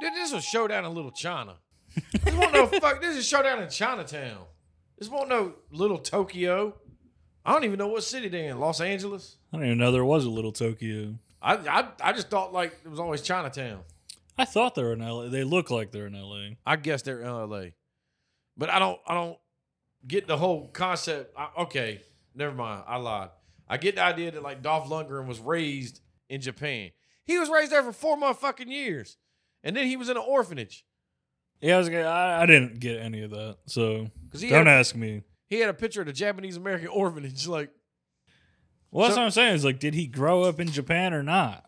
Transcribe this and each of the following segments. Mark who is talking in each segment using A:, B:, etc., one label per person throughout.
A: this was showdown in Little China. This won't no fuck. This is showdown in Chinatown. This won't no Little Tokyo. I don't even know what city they're in. Los Angeles.
B: I don't even know there was a little Tokyo.
A: I I, I just thought like it was always Chinatown.
B: I thought they were in LA. They look like they're in LA.
A: I guess they're in LA, but I don't I don't get the whole concept. I, okay, never mind. I lied. I get the idea that like Dolph Lundgren was raised in Japan. He was raised there for four motherfucking years, and then he was in an orphanage
B: Yeah, I was. gonna- I, I didn't get any of that, so
A: because he
B: don't
A: had,
B: ask me.
A: he had a picture of the Japanese American orphanage. Like
B: Well, that's
A: So-
B: what I'm saying. Is like, did he grow up in Japan or not?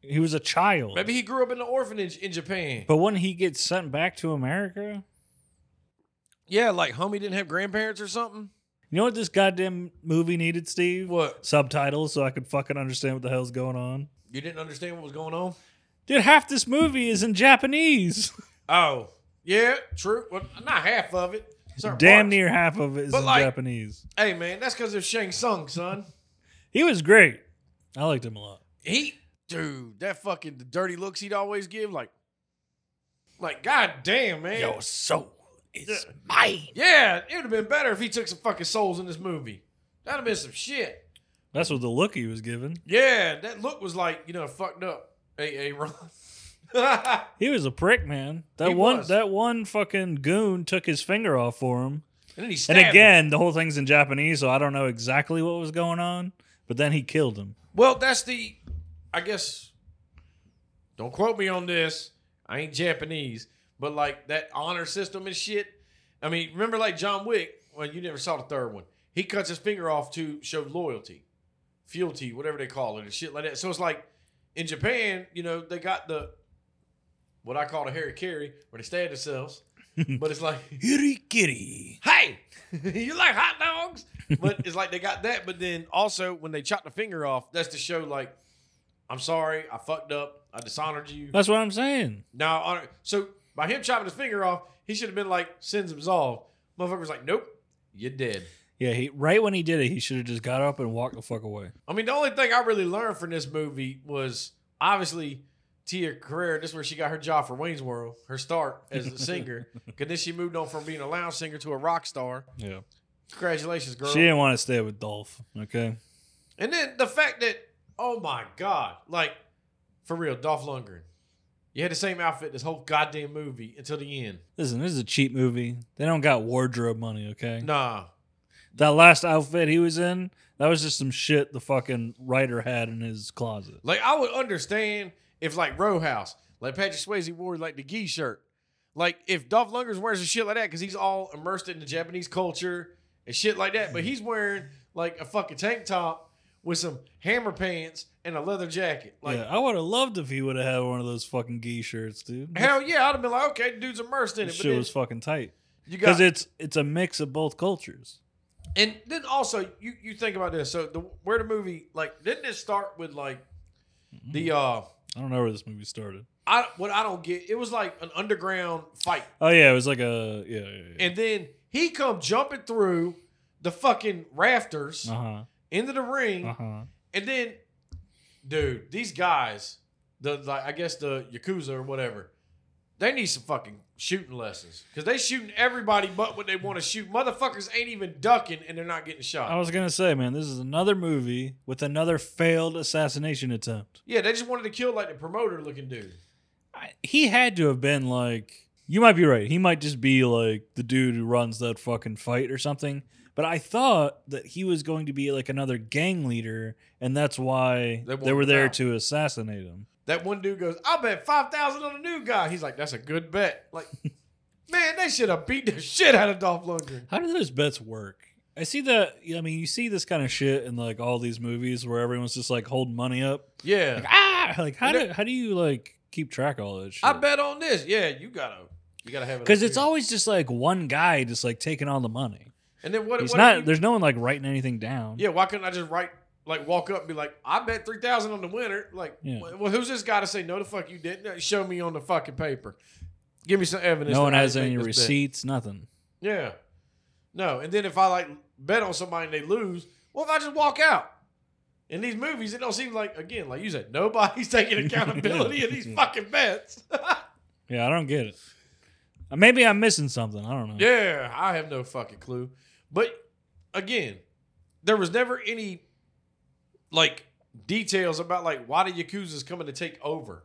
B: He was a child.
A: maybe he grew up in an orphanage in Japan.
B: But wouldn't he get sent back to America?
A: Yeah, like homie didn't have grandparents or something.
B: You know what this goddamn movie needed, Steve?
A: What?
B: Subtitles so I could fucking understand what the hell's going on.
A: You didn't understand what was going on?
B: Dude, half this movie is in Japanese.
A: Oh, yeah, true. Well, not half of it. Certain
B: Damn
A: parts.
B: near half of it is
A: But,
B: in
A: like-
B: Japanese.
A: Hey, man, that's because of Shang Tsung, son.
B: He was great. I liked him a lot.
A: He, dude, that fucking the dirty looks he'd always give, like, like, god damn, man.
B: soul is mine.
A: Yeah, it would have been better if he took some fucking souls in this movie. That'd have been some shit.
B: That's what the look he was given.
A: Yeah, that look was like, you know, fucked up. Hey, hey, Ron. and
B: He was a prick, man. That
A: He
B: one
A: was.
B: that one fucking goon took his finger off for him.
A: then he
B: And
A: stabbed him.
B: again, the whole thing's in Japanese, so I don't know exactly what was going on. But then he killed him.
A: Well, that's the, I guess. Don't quote me on this. I ain't Japanese, but like that honor system and shit. I mean, remember like John Wick? Well, you never saw the third one. He cuts his finger off to show loyalty, fealty, whatever they call it, and shit like that. So it's like in Japan, you know, they got the what I call the Harry Carry, where they stab themselves. but it's like
B: Hirikiri.
A: hey, you like hot dogs? But it's like they got that. But then also when they chop the finger off, that's to show like, I'm sorry, I fucked up, I dishonored you.
B: That's what I'm saying.
A: Now, honor. so by him chopping his finger off, he should have been like sins absolved. Motherfucker was like, nope, you're dead.
B: Yeah, he right when he did it, he should have just got up and walked the fuck away.
A: I mean, the only thing I really learned from this movie was obviously Tia Carrera. This is where she got her job for Wayne's World, her start as a singer. Because then she moved on from being a lounge singer to a rock star.
B: Yeah.
A: Congratulations, girl.
B: She didn't want to stay with Dolph. Okay.
A: And then the fact that, oh my God, like, for real, Dolph Lundgren, you had the same outfit this whole goddamn movie until the end.
B: Listen, this is a cheap movie. They don't got wardrobe money, okay?
A: Nah.
B: That last outfit he was in, that was just some shit the fucking writer had in his closet.
A: Like, I would understand if, like, Row House, like Patrick Swayze wore, like, the gi shirt. Like, if Dolph Lundgren's wearing some shit like that, because he's all immersed in the Japanese culture and shit like that, but he's wearing, like, a fucking tank top with some hammer pants and a leather jacket. Like,
B: yeah, I would have loved if he would have had one of those fucking gi shirts, dude.
A: hell yeah, I'd have been like, okay, the dude's immersed in
B: That
A: it. But
B: shit
A: then
B: was fucking tight.
A: you got
B: Because it's it's a mix of both cultures.
A: And then also, you you think about this. So the where the movie like didn't it start with like the uh
B: I don't know where this movie started.
A: I what I don't get it was like an underground fight,
B: Oh yeah, it was like a yeah. yeah, yeah.
A: and then he come jumping through the fucking rafters
B: uh
A: into the ring,
B: huh. Uh huh.
A: and then dude, these guys, the like I guess the yakuza or whatever, they need some fucking shooting lessons because they shooting everybody but what they want to shoot. Motherfuckers ain't even ducking and they're not getting shot.
B: I was gonna say, man, this is another movie with another failed assassination attempt.
A: yeah, they just wanted to kill like the promoter looking dude.
B: I, he had to have been like, you might be right. He might just be like the dude who runs that fucking fight or something. But I thought that he was going to be like another gang leader, and that's why
A: They
B: they,
A: wanted
B: were
A: him
B: there
A: out.
B: to assassinate him.
A: That one dude goes, I'll bet 5,000 on the new guy. He's like, that's a good bet. Like, man, they should have beat the shit out of Dolph Lundgren.
B: How do those bets work? I see that. I mean, you see this kind of shit in like all these movies where everyone's just like holding money up.
A: Yeah.
B: Like, ah, like how
A: And
B: do how do you like keep track of all that shit?
A: I bet on this. Yeah, you got to. You gotta have it up
B: Because it's
A: here.
B: always just like one guy just like taking all the money.
A: and then what?
B: He's
A: what
B: not.
A: if you-
B: there's no one like writing anything down.
A: yeah, why couldn't I just write like walk up and be like, I bet three thousand on the winner? Like,
B: Yeah.
A: wh- well, who's this guy to say no? The fuck you didn't show me on the fucking paper. Give me some evidence.
B: no
A: that
B: one
A: I
B: has
A: didn't
B: any
A: make this bet."
B: receipts. Nothing.
A: Yeah, no. And then if I like bet on somebody and they lose, what if I just walk out? In these movies, it don't seem like again, like you said, nobody's taking accountability of these fucking bets.
B: Yeah, I don't get it. Uh, Maybe I'm missing something. I don't know.
A: Yeah, I have no fucking clue. But again, there was never any like details about like why the Yakuza's coming to take over.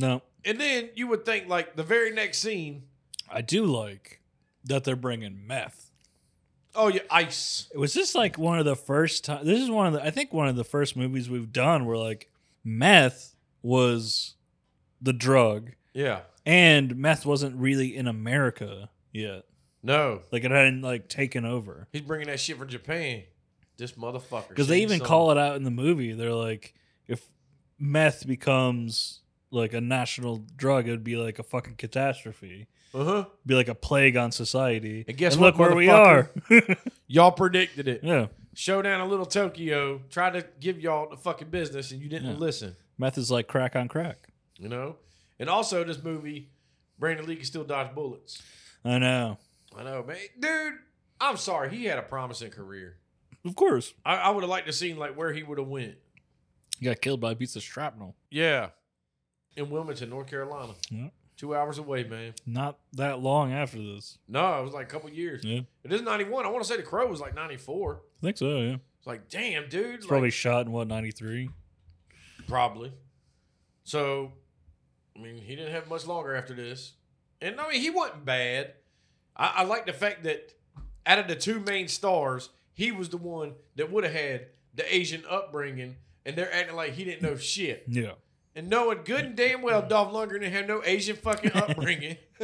B: No,
A: And then you would think like the very next scene,
B: I do like that they're bringing meth.
A: oh yeah, ice.
B: Was this like one of the first time? This is one of the I think one of the first movies we've done where like meth was the drug,
A: Yeah.
B: and meth wasn't really in America yet.
A: No.
B: Like it hadn't like taken over.
A: He's bringing that shit from Japan. This motherfucker.
B: because they even call it out in the movie. They're like, if meth becomes like a national drug, it would be like a fucking catastrophe,
A: Uh huh.
B: be like a plague on society.
A: And guess
B: look
A: what,
B: where we are.
A: Y'all predicted it.
B: yeah,
A: Showdown in Little Tokyo tried to give y'all the fucking business and you didn't
B: Yeah.
A: listen.
B: meth is like crack on crack.
A: You know? And also this movie, Brandon Lee can still dodge bullets.
B: I know,
A: I know, man. Dude, I'm sorry. He had a promising career.
B: of course.
A: I, I would have liked to seen like where he would have went.
B: He got killed by a piece of shrapnel.
A: Yeah. In Wilmington, North Carolina.
B: Yeah.
A: Two hours away, man.
B: Not that long after this.
A: No, it was like a couple years.
B: Yeah,
A: It is 91. I want to say The Crow was like 94.
B: I think so. Yeah,
A: It's like, damn, dude.
B: it's
A: like-
B: probably shot in what ninety three.
A: Probably. So, I mean, he didn't have much longer after this. And I mean, he wasn't bad. I, I like the fact that out of the two main stars, he was the one that would have had the Asian upbringing, and they're acting like he didn't know shit.
B: Yeah,
A: And knowing good and damn well Dolph Lundgren didn't have no Asian fucking upbringing.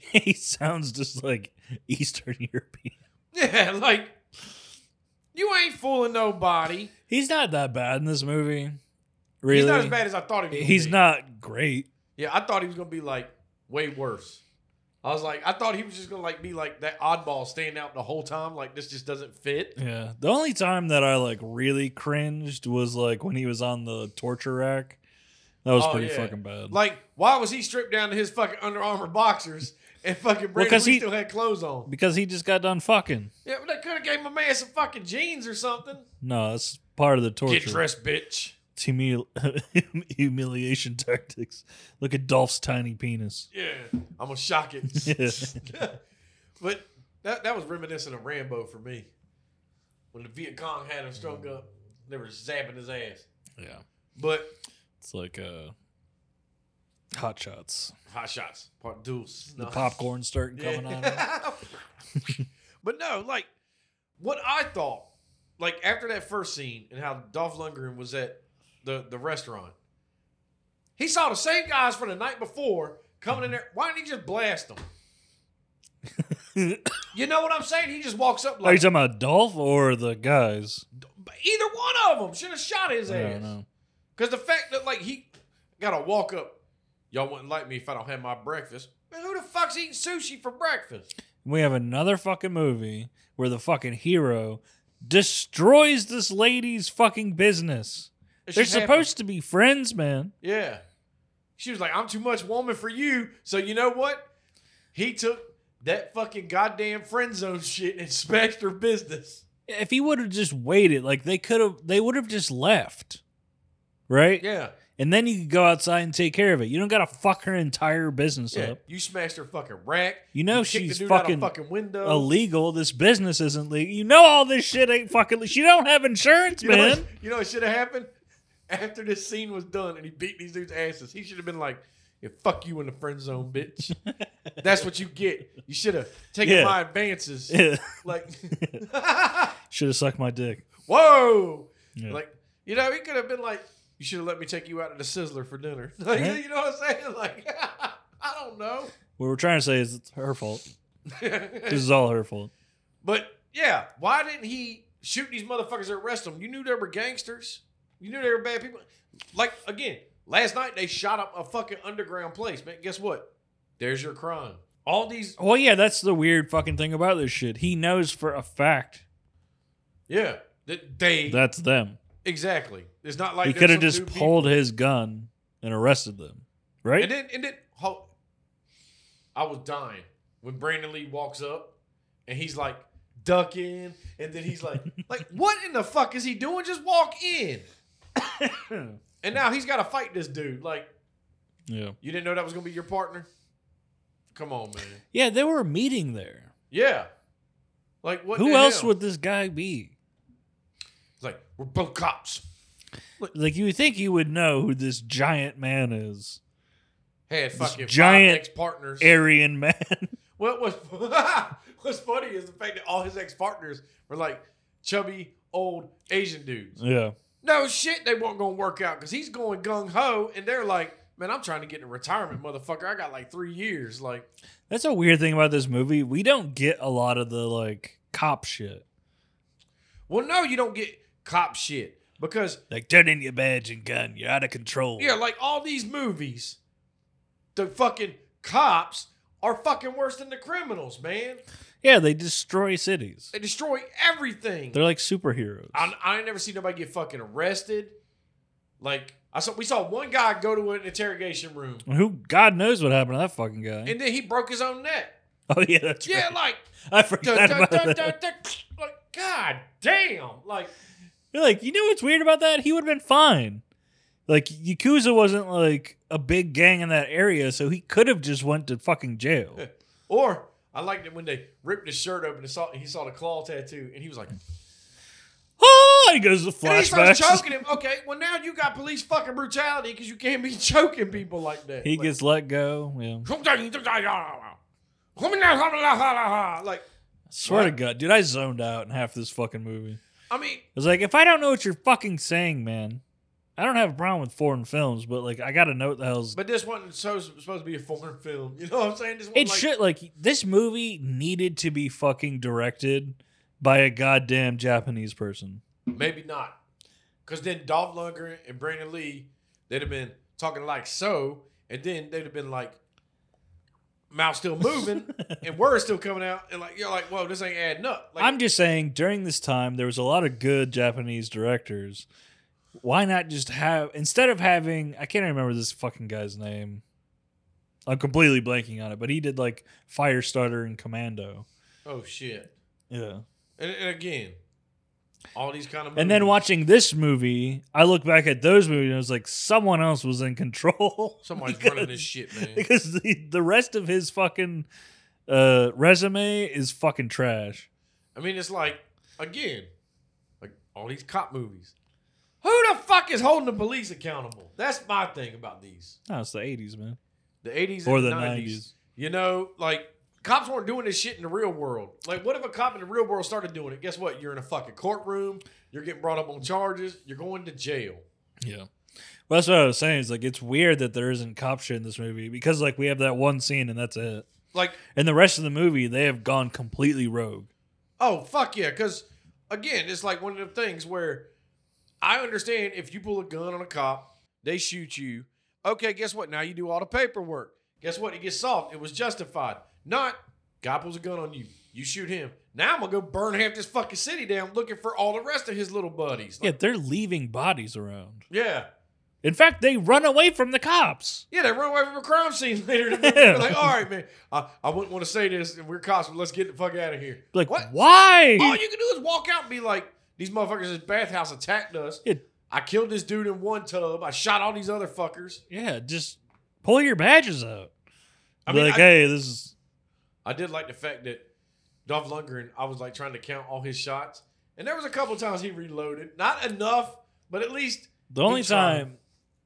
B: he sounds just like Eastern European.
A: yeah, like, you ain't fooling nobody.
B: He's not that bad in this movie. Really,
A: He's not as bad as I thought he was. gonna
B: He's
A: be.
B: not great.
A: Yeah, I thought he was gonna be like way worse. I was like, I thought he was just gonna like be like that oddball staying out the whole time. Like this just doesn't fit.
B: Yeah. The only time that I like really cringed was like when he was on the torture rack. That was
A: Oh,
B: pretty
A: yeah.
B: fucking bad.
A: Like, why was he stripped down to his fucking Under Armour boxers and fucking Brandon
B: 'cause
A: Lee
B: he-
A: still had clothes on?
B: because he just got done fucking.
A: Yeah, but they could have gave my man some fucking jeans or something.
B: No, that's part of the torture.
A: Get dressed, bitch.
B: It's humil- humiliation tactics. Look at Dolph's tiny penis.
A: Yeah, I'm gonna shock it. but that that was reminiscent of Rambo for me. When the Viet Cong had him strung up, they were zapping his ass.
B: yeah.
A: But
B: It's like uh hot shots.
A: hot shots, part deuce.
B: The
A: No.
B: popcorn starting
A: Yeah.
B: coming on. him.
A: but no, like what I thought, like after that first scene and how Dolph Lundgren was at the the restaurant, he saw the same guys from the night before coming
B: Mm-hmm.
A: in there. Why didn't he just blast them? you know what I'm saying? He just walks up
B: Are you
A: like
B: talking about Dolph or the guys?
A: either one of them should have shot his
B: I don't
A: ass.
B: know.
A: Because the fact that like he got to walk up, y'all wouldn't like me if I don't have my breakfast. Man, who the fuck's eating sushi for breakfast?
B: we have another fucking movie where the fucking hero destroys this lady's fucking business.
A: It
B: They're
A: should happen.
B: supposed to be friends, man.
A: Yeah. She was like, I'm too much woman for you. So you know what? He took that fucking goddamn friend zone shit and smashed her business.
B: If he would have just waited, like they could have, they would have just left, right?
A: Yeah.
B: And then you could go outside and take care of it. You don't gotta fuck her entire business
A: yeah.
B: up.
A: You smashed her fucking rack.
B: You know
A: you kicked
B: she's
A: the dude out of
B: fucking,
A: fucking window.
B: illegal. This business isn't legal. You know all this shit ain't fucking. She don't have insurance,
A: you, know
B: man.
A: what, you know what should have happened? After this scene was done and he beat these dudes' asses, he should have been like, yeah, fuck you in the friend zone, bitch. That's what you get. You should have taken
B: Yeah.
A: my advances.
B: Yeah.
A: Like,
B: Should have sucked my dick.
A: whoa.
B: Yeah.
A: Like, you know, he could have been like, you should have let me take you out to the Sizzler for dinner. Like,
B: Right.
A: You know what I'm saying? Like, I don't know.
B: what we're trying to say is it's her fault. This is all her fault.
A: but yeah, why didn't he shoot these motherfuckers and arrest them? You knew they were gangsters. You knew they were bad people. Like, again, last night they shot up a fucking underground place, man. Guess what? There's your crime. All these,
B: Well, yeah, that's the weird fucking thing about this shit. He knows for a fact
A: yeah, that they,
B: that's them.
A: exactly. It's not like
B: he
A: there's
B: could have
A: some
B: just
A: new people.
B: pulled his gun and arrested them, right?
A: And then, and then, ho- I was dying when Brandon Lee walks up and he's like ducking, and then he's like, like what in the fuck is he doing? Just walk in. And now he's got to fight this dude. Like,
B: Yeah.
A: You didn't know that was gonna be your partner? Come on, man.
B: Yeah, they were meeting there.
A: Yeah. Like what?
B: Who
A: the
B: else
A: hell?
B: would this guy be?
A: It's like we're both cops.
B: Like you would think you would know who this giant man is.
A: Had fucking
B: giant
A: ex partners.
B: Aryan man.
A: What was what's funny is the fact that all his ex partners were like chubby old Asian dudes.
B: yeah.
A: No shit, they weren't gonna work out because he's going gung ho, and they're like, "Man, I'm trying to get in retirement, motherfucker. I got like three years." Like,
B: That's a weird thing about this movie. We don't get a lot of the like cop shit.
A: well, no, you don't get cop shit because
B: Like turn in your badge and gun. You're out of control.
A: yeah, like all these movies, the fucking cops are fucking worse than the criminals, man.
B: Yeah, they destroy cities.
A: They destroy everything.
B: They're like superheroes.
A: I, I ain't never seen nobody get fucking arrested. Like I saw, we saw one guy go to an interrogation room,
B: Who God knows what happened to that fucking guy.
A: and then he broke his own neck.
B: oh yeah, that's
A: Yeah,
B: right.
A: like,
B: I
A: da,
B: forgot
A: da,
B: about
A: da,
B: that.
A: da, da, like God damn, like
B: You're like, you know what's weird about that? He would have been fine. Like Yakuza wasn't like a big gang in that area, so he could have just went to fucking jail.
A: or. I liked it when they ripped his shirt open and saw he saw the claw tattoo and he was like, and
B: oh, he goes to
A: he starts
B: flashbacks.
A: choking him. Okay, well now you got police fucking brutality because you can't be choking people like that.
B: He
A: Like,
B: gets let go. Yeah, I
A: like
B: swear to
A: What?
B: God, dude, I zoned out in half this fucking movie. I
A: I mean,
B: was like, if I don't know what you're fucking saying, man, I don't have a problem with foreign films, but like, I gotta know what the hell's.
A: but this wasn't so supposed to be a foreign film. You know what I'm saying? This one,
B: it
A: like,
B: should like this movie needed to be fucking directed by a goddamn Japanese person.
A: Maybe not. Because then Dolph Lundgren and Brandon Lee, they'd have been talking like so, and then they'd have been like, mouth still moving, and words still coming out, and like you're like, whoa, this ain't adding up. Like,
B: I'm just saying, during this time, there was a lot of good Japanese directors. Why not just have instead of having I can't remember this fucking guy's name. I'm completely blanking on it, but he did like Firestarter and Commando.
A: oh shit.
B: Yeah.
A: And, and again, all these kind of movies.
B: And then watching this movie, I look back at those movies and I was like, someone else was in control.
A: Somebody's running this shit, man.
B: Because the, the rest of his fucking uh, resume is fucking trash.
A: I mean, it's like again, like all these cop movies. Who the fuck is holding the police accountable? That's my thing about these.
B: No, it's the 80s, man.
A: The 80s
B: Or
A: and
B: the
A: the 90s.
B: 90s.
A: You know, like cops weren't doing this shit in the real world. Like, what if a cop in the real world started doing it? Guess what? You're in a fucking courtroom. You're getting brought up on charges. You're going to jail.
B: Yeah. Well, that's what I was saying. It's like it's weird that there isn't cop shit in this movie because like we have that one scene and that's it.
A: Like,
B: And the rest of the movie, they have gone completely rogue.
A: oh fuck yeah! Because again, it's like one of the things where I understand if you pull a gun on a cop, they shoot you. Okay, guess what? Now you do all the paperwork. Guess what? It gets solved. It was justified. Not guy pulls a gun on you. You shoot him. Now I'm gonna go burn half this fucking city down looking for all the rest of his little buddies.
B: Yeah,
A: Like,
B: they're leaving bodies around.
A: yeah.
B: In fact, they run away from the cops.
A: Yeah, they run away from a crime scene later. in the movie. They're like, all right, man, I, I wouldn't want to say this, and we're cops, but let's get the fuck out of here.
B: Like
A: What? Oh,
B: why?
A: All you can do is walk out and be like, these motherfuckers in this bathhouse attacked us.
B: Yeah.
A: I killed this dude in one tub. I shot all these other fuckers.
B: yeah, just pull your badges out.
A: I
B: I
A: mean,
B: like,
A: I-
B: hey, this is
A: I did like the fact that Dolph Lundgren, I was like trying to count all his shots, and there was a couple times he reloaded. Not enough, but at least
B: the only
A: trying.
B: time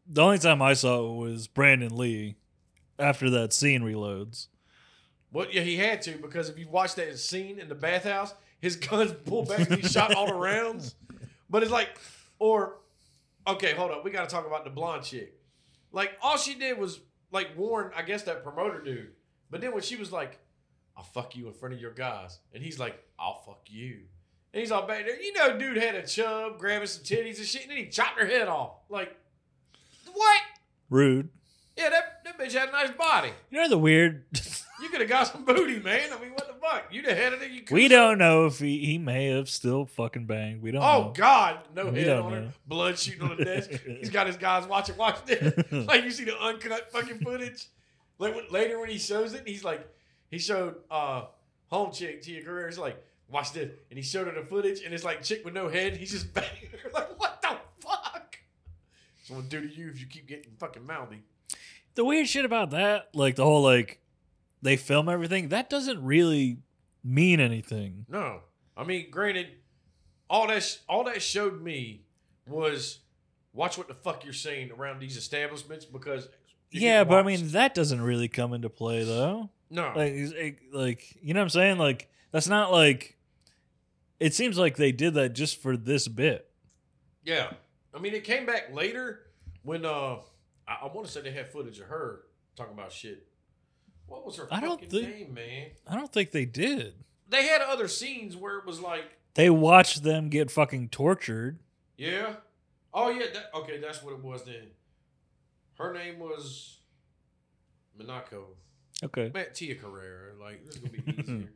B: the only time I saw it was Brandon Lee after that scene reloads.
A: Well, yeah, he had to because if you watch that scene in the bathhouse, his guns pulled back and he shot all the rounds. But it's like, or okay, hold up, we got to talk about the blonde chick. Like all she did was like warn, I guess that promoter dude. But then when she was like, "I'll fuck you in front of your guys," and he's like, "I'll fuck you," and he's all back there. You know, dude had a chub, grabbing some titties and shit, and then he chopped her head off. Like, what?
B: Rude.
A: Yeah, that, that bitch had a nice body.
B: You know the weird
A: You could have got some booty, man. I mean, what the fuck? You the head of it. You coulda-
B: We don't know if he, he may have still fucking banged. We don't
A: Oh
B: know.
A: God, no
B: We
A: head
B: don't
A: on her.
B: know.
A: Blood shooting on the desk. He's got his guys watching. Watch this. like you see the uncut fucking footage. Like when, later when he shows it, he's like, he showed uh home chick to your career. He's like, watch this, and he showed her the footage, and it's like chick with no head. He's just banging her. Like what the fuck? It's gonna do to you if you keep getting fucking mouthy.
B: the weird shit about that, like the whole like they film everything, that doesn't really mean anything.
A: No, I mean, granted, all that sh- all that showed me was watch what the fuck you're saying around these establishments because you get
B: yeah, but I
A: watched.
B: mean that doesn't really come into play though.
A: no,
B: Like, is- it- like you know what I'm saying? Like that's not like. It seems like they did that just for this bit.
A: yeah, I mean, it came back later when uh, I, I want to say they had footage of her talking about shit. What was her
B: I
A: fucking
B: don't think-
A: name, man?
B: I don't think they did.
A: They had other scenes where it was like,
B: They watched them get fucking tortured.
A: yeah, oh yeah, that, okay, that's what it was then. Her name was Monaco.
B: Okay.
A: Matt Tia Carrera. Like this is gonna be easier.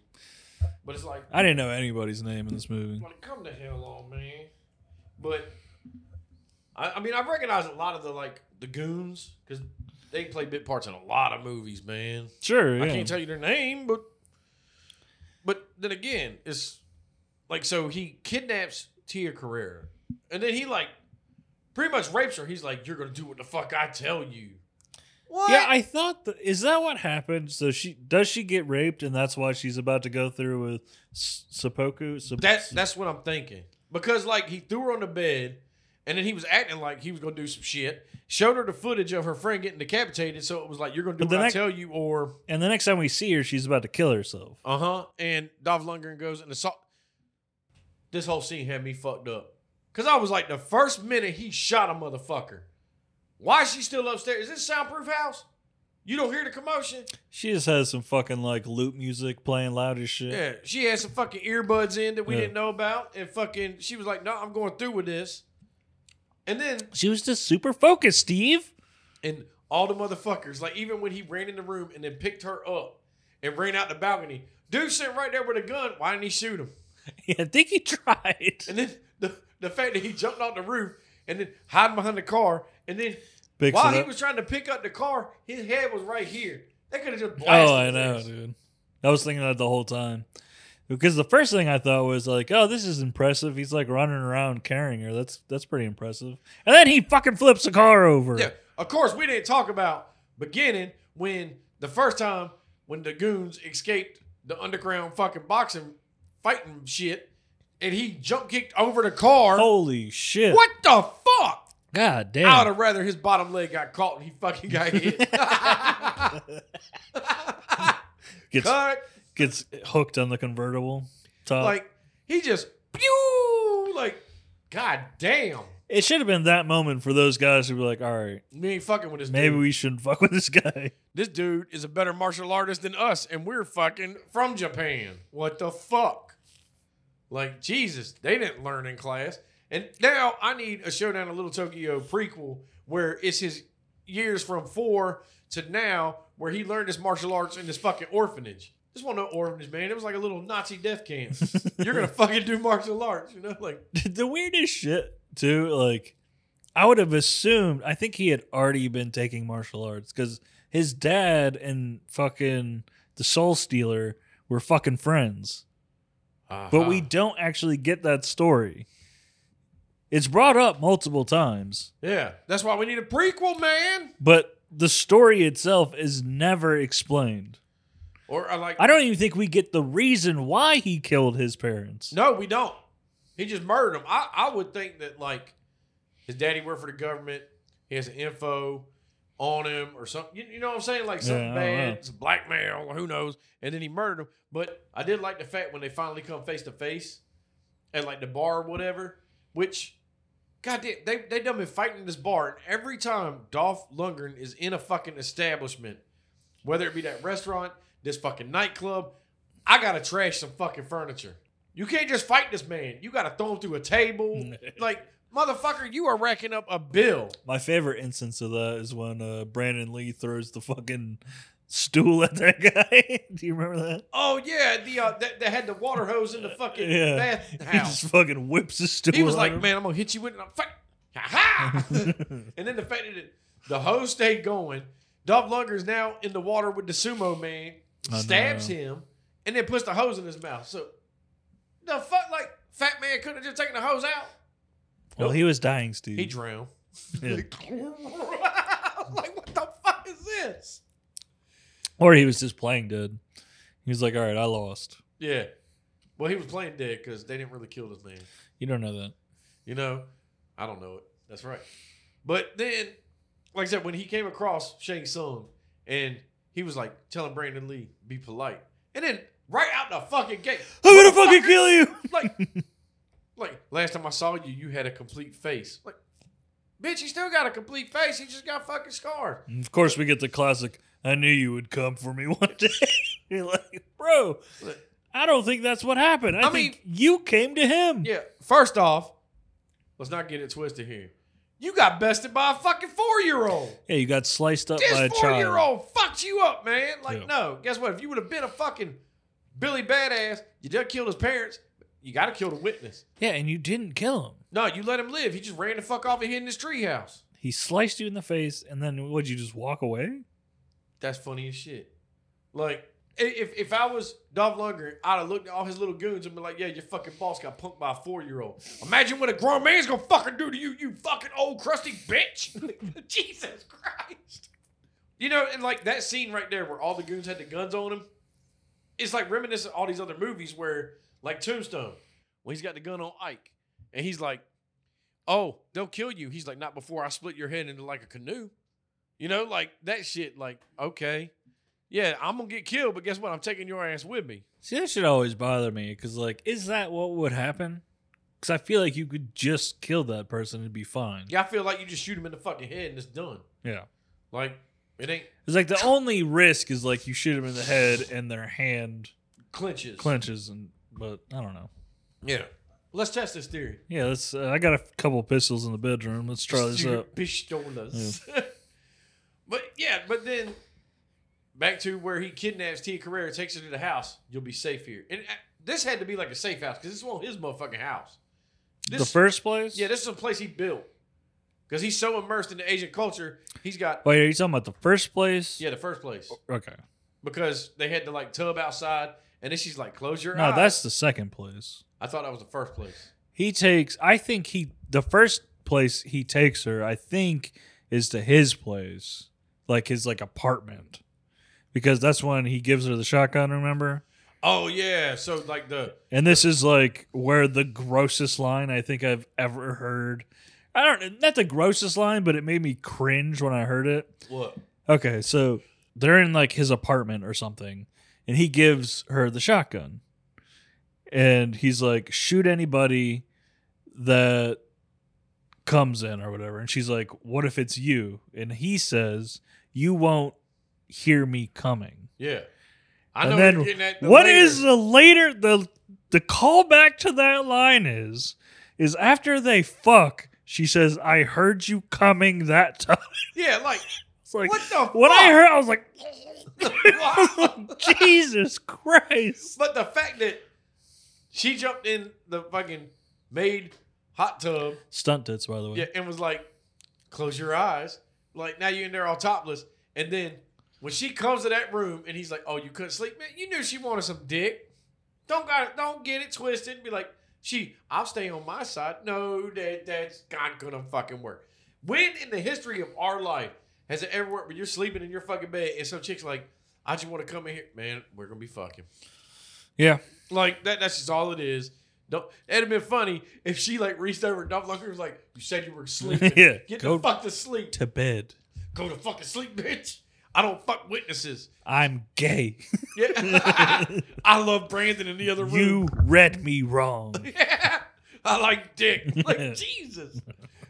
A: but it's like,
B: I didn't know anybody's name in this movie.
A: like come to hell on, man. But I, I mean, I recognize a lot of the like the goons because they play bit parts in a lot of movies, man.
B: Sure.
A: I
B: yeah.
A: can't tell you their name, but but then again, it's like so he kidnaps Tia Carrera, and then he like pretty much rapes her. He's like, "You're gonna do what the fuck I tell you." What?
B: Yeah, I thought that is that what happened. So she does she get raped, and that's why she's about to go through with s- seppuku. Sep-
A: That's that's what I'm thinking. Because like he threw her on the bed, and then he was acting like he was gonna do some shit. Showed her the footage of her friend getting decapitated, so it was like you're gonna do
B: But
A: what
B: then
A: I
B: that-
A: tell you, or
B: and the next time we see her, she's about to kill herself.
A: uh huh. And Dolph Lundgren goes and assault. This whole scene had me fucked up because I was like, the first minute he shot a motherfucker. Why is she still upstairs? Is this soundproof house? You don't hear the commotion?
B: She just has some fucking like loop music playing loud as shit.
A: Yeah, she had some fucking earbuds in that we
B: Yeah.
A: didn't know about, and fucking she was like, "No, I'm going through with this." And then
B: She was just super focused, Steve.
A: and all the motherfuckers, like even when he ran in the room and then picked her up and ran out the balcony, dude sitting right there with a gun. Why didn't he shoot him?
B: I think he tried.
A: And then the the fact that he jumped off the roof and then hiding behind the car, and then
B: Picks
A: while
B: it
A: he
B: up.
A: was trying to pick up the car, his head was right here. They could have just blasted.
B: oh, I
A: his
B: know,
A: ass.
B: dude. I was thinking that the whole time. Because the first thing I thought was like, "Oh, this is impressive." He's like running around carrying her. That's that's pretty impressive. And then he fucking flips the car over.
A: Yeah, of course we didn't talk about beginning when the first time when the goons escaped the underground fucking boxing fighting shit, and he jump kicked over the car.
B: Holy shit!
A: What the fuck?
B: God damn.
A: I would have rather his bottom leg got caught and he fucking got hit.
B: gets
A: Cut.
B: gets hooked on the convertible top.
A: Like, he just, pew, like, god damn.
B: it should have been that moment for those guys who were like, "All right,
A: We ain't fucking with this
B: maybe
A: dude.
B: we shouldn't fuck with this guy."
A: this dude is a better martial artist than us, and we're fucking from Japan. What the fuck? Like, Jesus, they didn't learn in class. And now I need a Showdown of Little Tokyo prequel where it's his years from four to now where he learned his martial arts in this fucking orphanage. This wasn't no orphanage, man. It was like a little Nazi death camp. You're gonna fucking do martial arts, you know? Like,
B: the weirdest shit too like i would have assumed i think he had already been taking martial arts because his dad and fucking the soul stealer were fucking friends but we
A: Uh-huh.
B: don't actually get that story it's brought up multiple times
A: yeah, that's why we need a prequel, man.
B: but the story itself is never explained
A: Or I like,
B: i don't even think we get the reason why he killed his parents
A: No, we don't. He just murdered him. I, I would think that like his daddy worked for the government. He has info on him or something. You, you know what I'm saying? Like something
B: Yeah, I don't
A: bad,
B: know.
A: it's blackmail, who knows? And then he murdered him. But I did like the fact when they finally come face to face at like the bar or whatever, which God damn, they they done been fighting in this bar, and every time Dolph Lundgren is in a fucking establishment, whether it be that restaurant, this fucking nightclub, I gotta trash some fucking furniture. You can't just fight this man. You gotta throw him through a table. like, motherfucker, you are racking up a bill.
B: My favorite instance of that is when uh, Brandon Lee throws the fucking stool at that guy. Do you remember that?
A: Oh yeah, the uh, that, that had the water hose in the fucking
B: Yeah. He
A: bathhouse.
B: just fucking whips the stool.
A: He was
B: at
A: like,
B: him.
A: "Man, I'm gonna hit you with it." I'm fuck, ha ha. and then the fact that it- the hose stayed going, Dolph Lundgren's now in the water with the sumo man,
B: I
A: stabs
B: know.
A: him, and then puts the hose in his mouth. So the fuck, like fat man couldn't have just taken the hose out.
B: Well, he was dying, Steve.
A: He drowned.
B: Yeah.
A: like what the fuck is
B: Or he was just playing dead. He was like, all right, I lost.
A: Yeah. Well, he was playing dead because they didn't really kill this man.
B: You don't know that.
A: You know, I don't know it. That's right. But then, like I said, when he came across Shang Tsung and he was like telling Brandon Lee, be polite. And then right out the fucking gate,
B: I'm going to fucking kill you.
A: like, like last time I saw you, you had a complete face. Like, bitch, you still got a complete face. You just got fucking scars.
B: And of course, we get the classic, I knew you would come for me one day. You're like, bro, I don't think that's what happened. I,
A: I
B: think you came to him.
A: Yeah. First off, let's not get it twisted here. You got bested by a fucking four year old.
B: Yeah, you got sliced up by a
A: This four
B: child.
A: year old fucked you up, man. Like,
B: Yeah.
A: no, guess what? If you would have been a fucking Billy Badass, you done killed his parents. You got to kill the witness.
B: Yeah, and you didn't kill him.
A: No, you let him live. He just ran the fuck off and hid in his treehouse.
B: He sliced you in the face, and then would you just walk away?
A: That's funny as shit. Like, i- if, if I was Dolph Lundgren, I'd have looked at all his little goons and been like, yeah, your fucking boss got punked by a four year old. Imagine what a grown man's gonna fucking do to you, you fucking old crusty bitch. Jesus Christ. You know, and like that scene right there where all the goons had the guns on him, it's like reminiscent of all these other movies where, like Tombstone, when he's got the gun on Ike and he's like, oh, they'll kill you. He's like, not before I split your head into like a canoe. You know, like that shit, like, okay, yeah, I'm gonna get killed, but guess what? I'm taking your ass with me.
B: See, that should always bother me because, like, is that what would happen? Because I feel like you could just kill that person and be fine.
A: Yeah, I feel like you just shoot him in the fucking head and it's done.
B: Yeah.
A: Like, it ain't
B: It's like the only risk is like you shoot them in the head and their hand
A: clinches.
B: clenches, and but I don't know.
A: Yeah. Let's test this theory.
B: Yeah, that's. Uh, I got a couple pistols in the bedroom. Let's try this
A: Shoot
B: up.
A: Pistolas. but yeah, but then back to where he kidnaps Tia Carrera, takes her to the house. You'll be safe here. And uh, this had to be like a safe house because this wasn't his motherfucking house. This,
B: the first place.
A: yeah, this is a place he built because he's so immersed in the Asian culture. He's got
B: Wait, are you talking about the first place?
A: yeah, the first place.
B: Okay.
A: because they had to like tub outside, and then she's like, "Close your
B: No,
A: eyes."
B: that's the second place.
A: I thought that was the first place.
B: He takes. I think he. The first place he takes her, I think, is to his place, like his like apartment, because that's when he gives her the shotgun. Remember.
A: Oh yeah, so like the
B: And this is like where the grossest line I think I've ever heard. I don't know, not the grossest line, but it made me cringe when I heard it.
A: what?
B: Okay, so they're in like his apartment or something, and he gives her the shotgun. And he's like, shoot anybody that comes in or whatever. And she's like, what if it's you? And he says, you won't hear me coming.
A: Yeah, I
B: And
A: know.
B: then
A: you're getting at the
B: What
A: later-
B: is uh, the later the the callback to that line is is after they fuck she says i heard you coming that time
A: Yeah, like
B: it's like
A: what the?
B: when i
A: fuck?
B: heard i was like
A: Wow.
B: jesus christ
A: but the fact that she jumped in the fucking maid hot tub,
B: stunt tits by the way
A: yeah, and was like, "Close your eyes." Like now you're in there all topless, and then when she comes to that room and he's like, "Oh, you couldn't sleep, man. You knew she wanted some dick. Don't got it. Don't get it twisted. Be like, she. I'll stay on my side. No, that that's not gonna fucking work. When in the history of our life has it ever worked? When you're sleeping in your fucking bed and some chicks like, I just want to come in here, man. We're gonna be fucking.
B: yeah
A: Like that. That's just all it is. Don't, it'd have been funny if she like reached over and Dolph Lundgren was like, "You said you were sleeping.
B: Yeah,
A: Get
B: go-
A: the fuck to sleep.
B: to bed
A: Go to fucking sleep, bitch. I don't fuck witnesses.
B: i'm gay
A: Yeah, I love Brandon in the other room.
B: you read me wrong
A: Yeah, I like dick. Like Jesus,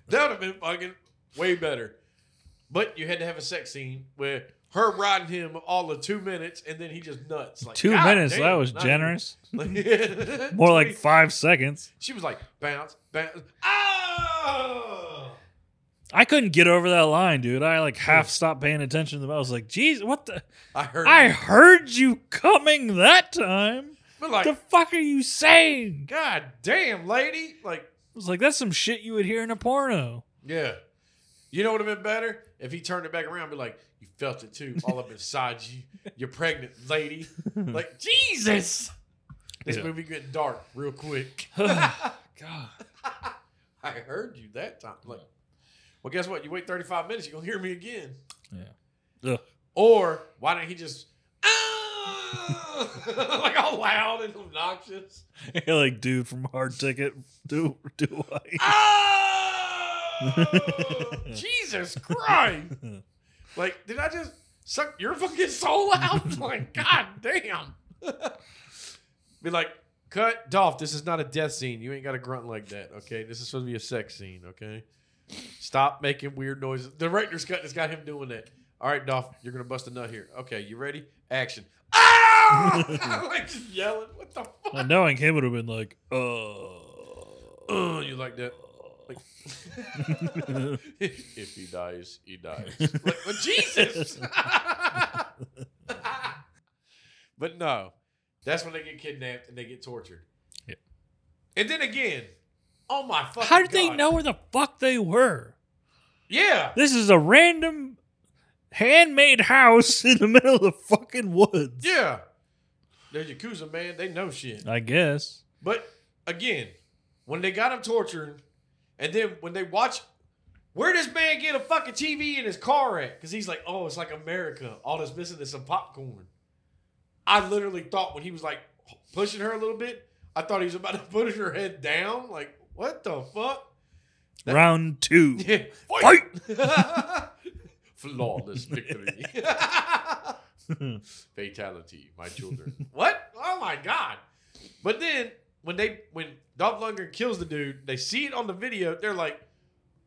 A: that would have been fucking way better. But you had to have a sex scene where her riding him all of two minutes, and then he just nuts. Like
B: two
A: "God
B: minutes
A: damn,
B: that was
A: not
B: generous
A: even." Like-
B: more like five seconds
A: She was like, bounce, bounce. Oh!
B: i couldn't get over that line dude i like half stopped paying attention to them i was like jeez what the
A: I heard.
B: I heard you coming that time.
A: but like,
B: the fuck are you saying?
A: God damn, lady. Like,
B: I was like, that's some shit you would hear in a porno.
A: yeah. You know what would have been better? If he turned it back around and be like, you felt it too, all up inside you. You're pregnant, lady. Like, Jesus. This
B: Yeah.
A: movie getting dark real quick.
B: God.
A: I heard you that time. Like, well, guess what? You wait 35 minutes, you're going to hear me again.
B: Ugh.
A: Or why didn't he just "Ah!" like all loud and obnoxious.
B: You're like, dude from Hard Ticket, do do I?
A: Oh! Jesus Christ! Like, did I just suck your fucking soul out? like, god damn. be like, cut, Dolph, this is not a death scene. You ain't got to grunt like that, okay? This is supposed to be a sex scene, okay? Stop making weird noises. The director's cut has got him doing that. All right, Dolph, you're going to bust a nut here. Okay, you ready? Action. Ah! like just yelling. What the fuck?
B: Now, knowing him would have been like, uh,
A: Uh, you like that? Like, if he dies, he dies. Like, well, Jesus. but no, that's when they get kidnapped and they get tortured.
B: Yeah.
A: And then again, oh my fucking
B: how did they
A: God.
B: know where the fuck they were?
A: Yeah,
B: This is a random handmade house in the middle of the fucking woods.
A: yeah. They're yakuza man. They know shit.
B: I guess.
A: But again, when they got him tortured, and then when they watch, where does man get a fucking TV in his car at? Because he's like, oh, it's like America. All that's missing is some popcorn. I literally thought when he was like pushing her a little bit, I thought he was about to put her head down. Like, what the fuck? That-
B: Round two.
A: Yeah, Flawless victory. Fatality, my children. what? Oh my god! But then when they when Dolph Lundgren kills the dude, they see it on the video. They're like,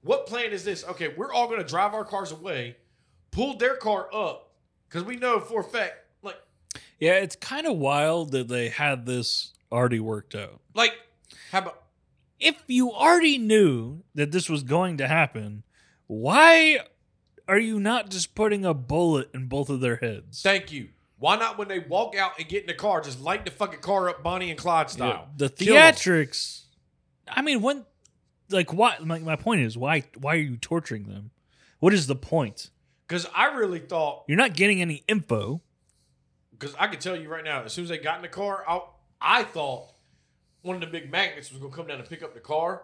A: "What plan is this? Okay, we're all gonna drive our cars away, pull their car up, because we know for a fact, like,
B: Yeah, it's kind of wild that they had this already worked out.
A: like, how about
B: If you already knew that this was going to happen, why are you not just putting a bullet in both of their heads?
A: thank you? Why not when they walk out and get in the car, just light the fucking car up, Bonnie and Clyde
B: Yeah,
A: style?
B: The
A: Kill 'em.
B: theatrics. I mean, when like why? My, my point is why? Why are you torturing them? What is the point?
A: Because I really thought
B: You're not getting any info.
A: because I can tell you right now, as soon as they got in the car, I, I thought one of the big magnets was gonna come down and pick up the car.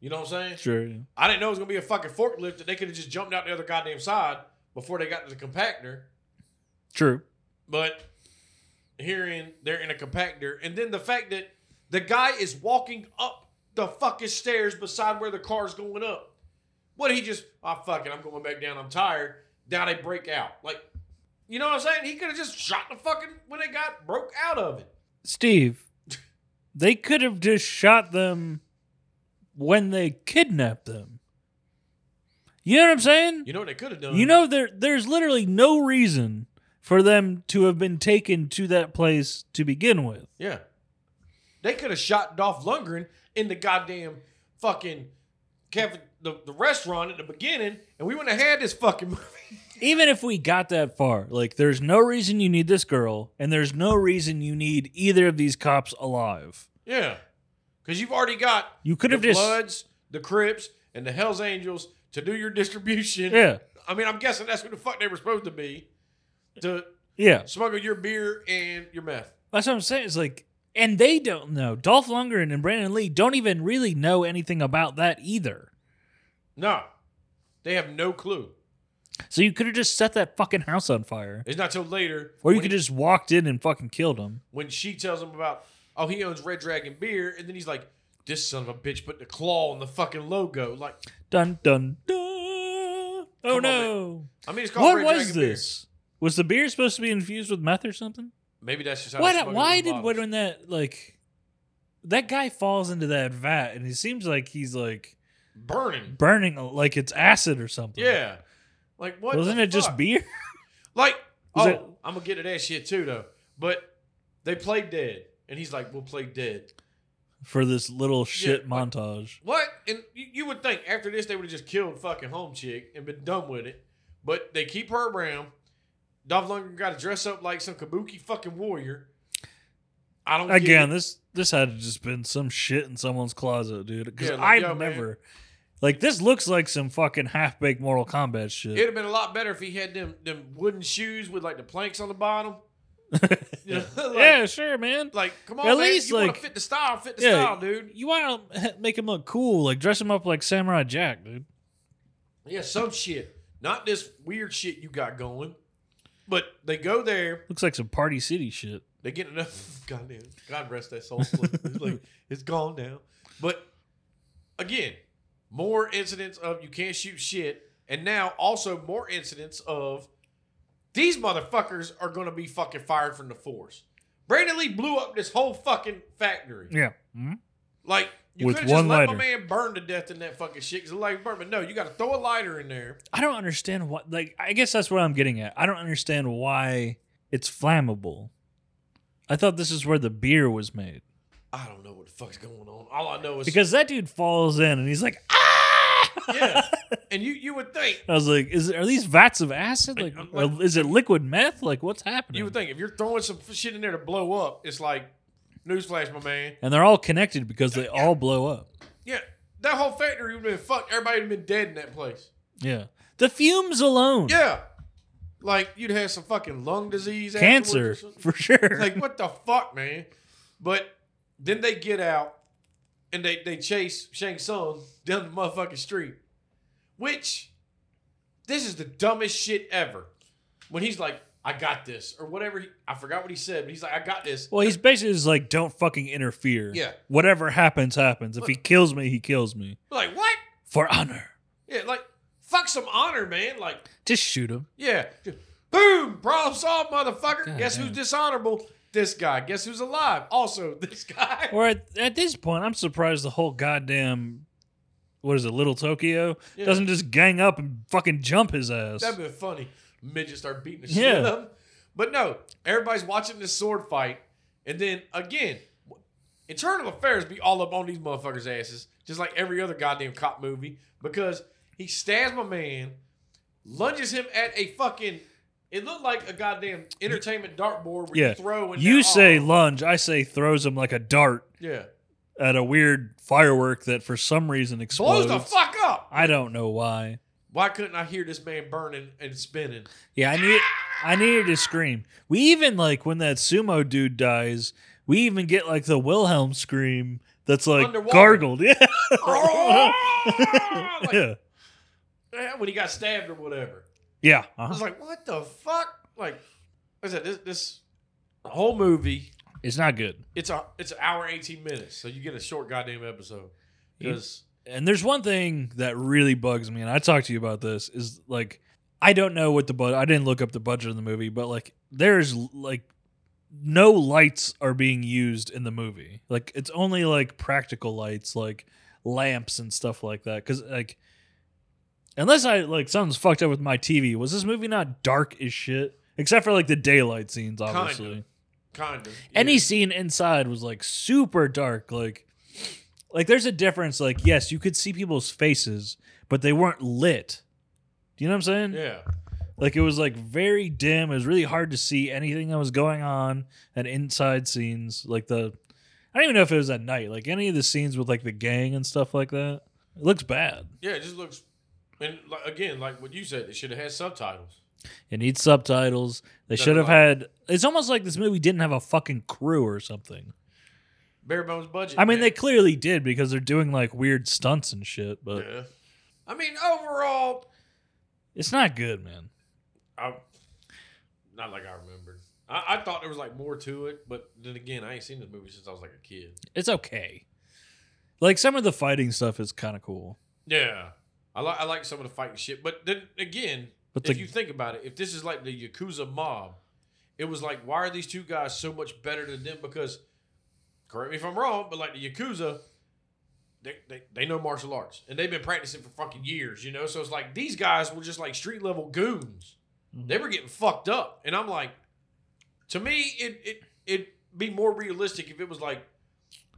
A: You know what I'm saying?
B: Sure.
A: I didn't know it was gonna be a fucking forklift that they could have just jumped out the other goddamn side before they got to the compactor.
B: True.
A: But herein, they're in a compactor, and then the fact that the guy is walking up the fucking stairs beside where the car's going up. What he just? Oh fuck it, I'm going back down. I'm tired. Now they break out. Like, you know what I'm saying? He could have just shot the fucking when they got broke out of it.
B: Steve, they could have just shot them when they kidnapped them. You know what I'm saying?
A: You know what they could have done?
B: You know there there's literally no reason for them to have been taken to that place to begin with.
A: yeah. They could have shot Dolph Lundgren in the goddamn fucking Kevin the, the restaurant at the beginning, and we wouldn't have had this fucking movie.
B: Even if we got that far, like there's no reason you need this girl and there's no reason you need either of these cops alive.
A: Yeah, because you've already got
B: You could
A: the
B: have just
A: Bloods, the Crips, and the Hell's Angels to do your distribution.
B: Yeah.
A: I mean, I'm guessing that's who the fuck they were supposed to be to
B: Yeah.
A: smuggle your beer and your meth.
B: That's what I'm saying. It's like, and they don't know. Dolph Lundgren and Brandon Lee don't even really know anything about that either.
A: No, they have no clue.
B: So you could have just set that fucking house on fire,
A: It's not till later,
B: or you
A: when
B: could
A: he-
B: just walked in and fucking killed him.
A: when she tells him about oh he owns Red Dragon beer, and then he's like, "This son of a bitch put the claw on the fucking logo." Like,
B: Dun dun dun. Oh
A: Come on,
B: no!
A: I mean, it's called
B: What
A: Red
B: was
A: Dragon beer.
B: this? Was the beer supposed to be infused with meth or something?
A: Maybe that's just how they
B: Why?
A: smuggled
B: Why
A: the
B: did
A: bottles.
B: when that like that guy falls into that vat and it seems like he's like
A: burning?
B: burning like it's acid or something?
A: Yeah, like what?
B: Wasn't
A: the
B: it just
A: fuck?
B: beer?
A: Like,
B: Was
A: oh,
B: it-
A: I'm gonna get to that shit too, though. But they played dead, and he's like, "We'll play dead."
B: for this little shit
A: like-
B: montage.
A: What? And you, you would think after this they would have just killed fucking home chick and been done with it, but they keep her around. Dolph Lundgren got to dress up like some kabuki fucking warrior. I don't get
B: Again,
A: it.
B: this this had to just been some shit in someone's closet, dude. Because
A: Yeah, like,
B: I've
A: yo, man.
B: never like this looks like some fucking half baked Mortal Kombat shit.
A: It'd have been a lot better if he had them them wooden shoes with like the planks on the bottom. You know, like,
B: yeah, sure, man.
A: Like, come on,
B: At
A: man.
B: least,
A: you want
B: like-
A: to fit the style, fit the
B: Yeah.
A: style, dude.
B: You want to make him look cool, like dress him up like Samurai Jack, dude.
A: Yeah, some shit. Not this weird shit you got going. But they go there,
B: Looks like some Party City shit.
A: they get enough. Goddamn, God rest that soul. it's like it's gone now. But again, more incidents of you can't shoot shit, and now also more incidents of these motherfuckers are going to be fucking fired from the force. Brandon Lee blew up this whole fucking factory.
B: Yeah. Mhm.
A: Like you
B: With
A: could have just
B: one
A: let
B: lighter.
A: my man burn to death in that fucking shit because the light burned. But no, you got to throw a lighter in there.
B: I don't understand what like I guess that's what I'm getting at. I don't understand why it's flammable. I thought this is where the beer was made.
A: I don't know what the fuck's going on. All I know is
B: Because that dude falls in and he's like, ah!
A: yeah. And you you would think
B: I was like, is are these vats of acid? Like,
A: I'm
B: or
A: like-
B: is it liquid meth? Like, what's happening?
A: you would think if you're throwing some shit in there to blow up, it's like newsflash, my man.
B: and they're all connected because they all blow up.
A: Yeah, that whole factory would have been fucked. Everybody would have been dead in that place.
B: Yeah. The fumes alone.
A: Yeah, like you'd have some fucking lung disease, afterwards or
B: Cancer,
A: something.
B: for sure.
A: like what the fuck, man? But then they get out and they they chase Shang Tsung down the motherfucking street, which this is the dumbest shit ever. When he's like, "I got this," or whatever, he, I forgot what he said, but he's like, "I got this."
B: well, he's basically just like, don't fucking interfere.
A: Yeah.
B: Whatever happens, happens. If he kills me, he kills me.
A: Like what?
B: For honor.
A: Yeah, like fuck some honor, man. Like
B: Just shoot him.
A: yeah, Just, boom, problem solved, motherfucker.
B: God
A: Guess
B: damn.
A: who's dishonorable? This guy. Guess who's alive? Also, this guy.
B: Or at, at this point, I'm surprised the whole goddamn, what is it, Little Tokyo
A: Yeah.
B: doesn't just gang up and fucking jump his ass.
A: That'd been funny. Midgets start beating the shit
B: Yeah.
A: out of 'em. But no, everybody's watching this sword fight. And then again, internal affairs be all up on these motherfuckers' asses, just like every other goddamn cop movie, because he stabs my man, lunges him at a fucking. It looked like a goddamn entertainment dartboard where
B: Yeah.
A: you throw and
B: You
A: they're
B: say
A: off.
B: lunge, I say throws him like a dart
A: yeah,
B: at a weird firework that for some reason
A: blows
B: explodes.
A: the fuck up.
B: I don't know why.
A: Why couldn't I hear this man burning and spinning?
B: Yeah, I need I needed to scream. We even like when that sumo dude dies, we even get like the Wilhelm scream that's like
A: Underwater.
B: gargled. Yeah.
A: Like,
B: yeah.
A: eh, when he got stabbed or whatever.
B: Yeah.
A: I
B: Uh-huh.
A: was like, what the fuck? Like, I said, this this whole movie,
B: It's not good.
A: it's a it's an hour and eighteen minutes, so you get a short goddamn episode. Because
B: And there's one thing that really bugs me, and I talked to you about this, is like I don't know what the budget. I didn't look up the budget of the movie, but like there's like no lights are being used in the movie. Like it's only like practical lights, like lamps and stuff like that. Because like unless I like something's fucked up with my TV, was this movie not dark as shit? Except for like the daylight scenes,
A: Kinda.
B: obviously
A: kind of
B: any scene inside was like super dark like like there's a difference like yes you could see people's faces but they weren't lit do you know what i'm saying
A: yeah,
B: like it was like very dim it was really hard to see anything that was going on and inside scenes like the i don't even know if it was at night like any of the scenes with like the gang and stuff like that it looks bad
A: yeah, it just looks. And like, again, like what you said, it should have had subtitles.
B: it needs subtitles they
A: Better
B: should have
A: light.
B: had it's almost like this movie didn't have a fucking crew or something
A: Bare bones budget.
B: I mean, they
A: man.
B: clearly did because they're doing like weird stunts and shit, but
A: Yeah. I mean, overall,
B: it's not good, man.
A: I, not like I remembered. I, I thought there was like more to it, but then again, I ain't seen this movie since I was like a kid.
B: It's okay. Like some of the fighting stuff is kind of cool,
A: Yeah, I like I like some of the fighting shit, but then again,
B: but
A: if
B: the
A: you think about it, if this is like the Yakuza mob, it was like, why are these two guys so much better than them? Because, correct me if I'm wrong, but like the Yakuza, they, they, they know martial arts and they've been practicing for fucking years, you know? So it's like these guys were just like street level goons.
B: Mm-hmm.
A: They were getting fucked up. And I'm like, to me, it, it, it'd be more realistic if it was like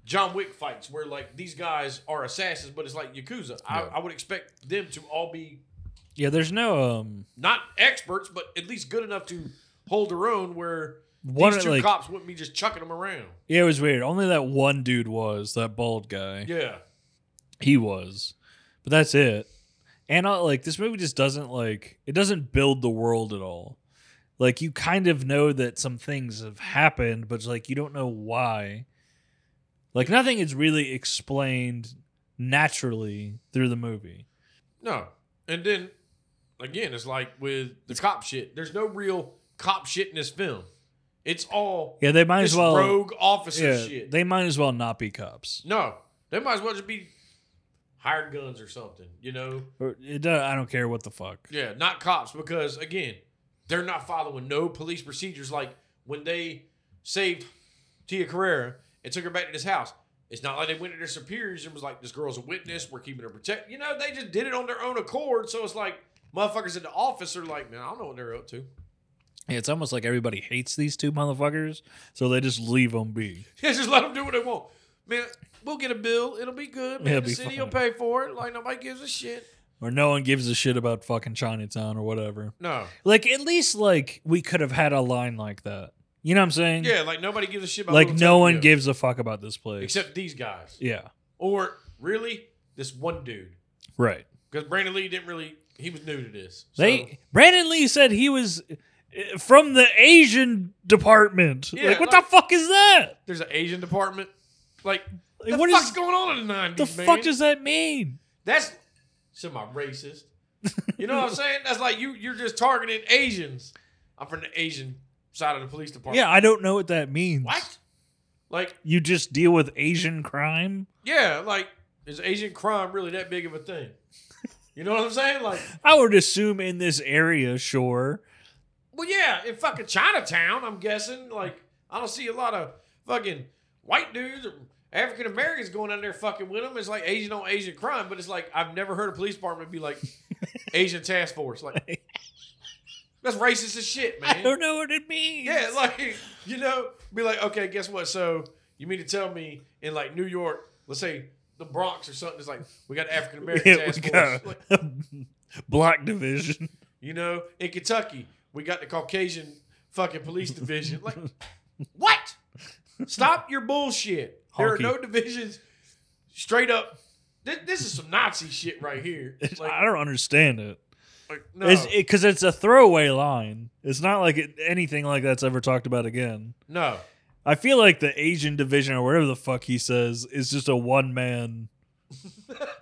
A: John Wick fights where like these guys are assassins, but it's like Yakuza.
B: Yeah.
A: I, I would expect them to all be
B: yeah, there's no um
A: not experts, but at least good enough to hold their own. Where
B: one
A: these two
B: like
A: cops wouldn't be just chucking them around.
B: yeah, it was weird. Only that one dude was that bald guy.
A: Yeah,
B: He was, but that's it. And uh, like this movie just doesn't like it doesn't build the world at all. Like you kind of know that some things have happened, but like you don't know why. Like nothing is really explained naturally through the movie.
A: no. And then again, it's like with the cop shit. There's no real cop shit in this film. It's all
B: Yeah, they might
A: this
B: as well.
A: rogue officer
B: yeah,
A: shit.
B: they might as well not be cops.
A: no, they might as well just be hired guns or something. You know?
B: Or it does, I don't care what the fuck.
A: Yeah, not cops because again, they're not following no police procedures. Like when they saved Tia Carrera and took her back to this house. It's not like they went to their superiors and was like, "This girl's a witness. We're keeping her protected." You know, they just did it on their own accord. So it's like motherfuckers in the office are like, "Man, I don't know what they're up to."
B: Yeah, It's almost like everybody hates these two motherfuckers, so they just leave them be.
A: Yeah, just let them do what they want. Man, we'll get a bill. It'll be good. Man,
B: It'll
A: the
B: be
A: city
B: fine.
A: will pay for it. Like nobody gives a shit.
B: Or no one gives a shit about fucking Chinatown or whatever.
A: No.
B: Like at least like we could have had a line like that. You know what I'm saying?
A: Yeah, like nobody gives a shit about
B: Like
A: Little
B: no
A: Tokyo,
B: one gives a fuck about this place.
A: except these guys,
B: Yeah.
A: or really this one dude.
B: Right.
A: Because Brandon Lee didn't really. He was new to this. So,
B: They Brandon Lee said he was uh, from the Asian department.
A: Yeah,
B: like what
A: like-
B: the fuck is that?
A: there's an Asian department. Like
B: Like,
A: the
B: what
A: fuck's
B: is
A: going on in the nineties?
B: the
A: man?
B: fuck does that mean?
A: that's semi racist. You know what I'm saying? That's like you. You're just targeting Asians. I'm from the Asian side of the police department.
B: Yeah, I don't know what that means.
A: What? Like
B: You just deal with Asian crime?
A: yeah, like is Asian crime really that big of a thing? You know what I'm saying? Like,
B: I would assume in this area, sure.
A: well, yeah, in fucking Chinatown, I'm guessing. Like, I don't see a lot of fucking white dudes or African Americans going down there fucking with them. It's like Asian on Asian crime, but it's like I've never heard a police department be like Asian task force. Like, that's racist as shit, man.
B: I don't know what it means.
A: Yeah, like you know, be like, okay, guess what? So you mean to tell me in like New York, let's say the Bronx or something, it's like we got African American
B: Yeah,
A: task
B: we
A: force.
B: got
A: Like,
B: Black division.
A: you know, in Kentucky, we got the Caucasian fucking police division. Like, what? Stop your bullshit. There are
B: Honky.
A: no divisions. Straight up, this, this is some Nazi shit right here.
B: I
A: Like,
B: don't understand it.
A: like, no,
B: Because it's, a throwaway line. It's not like it, anything like that's ever talked about again.
A: no.
B: I feel like the Asian division or whatever the fuck he says is just a one man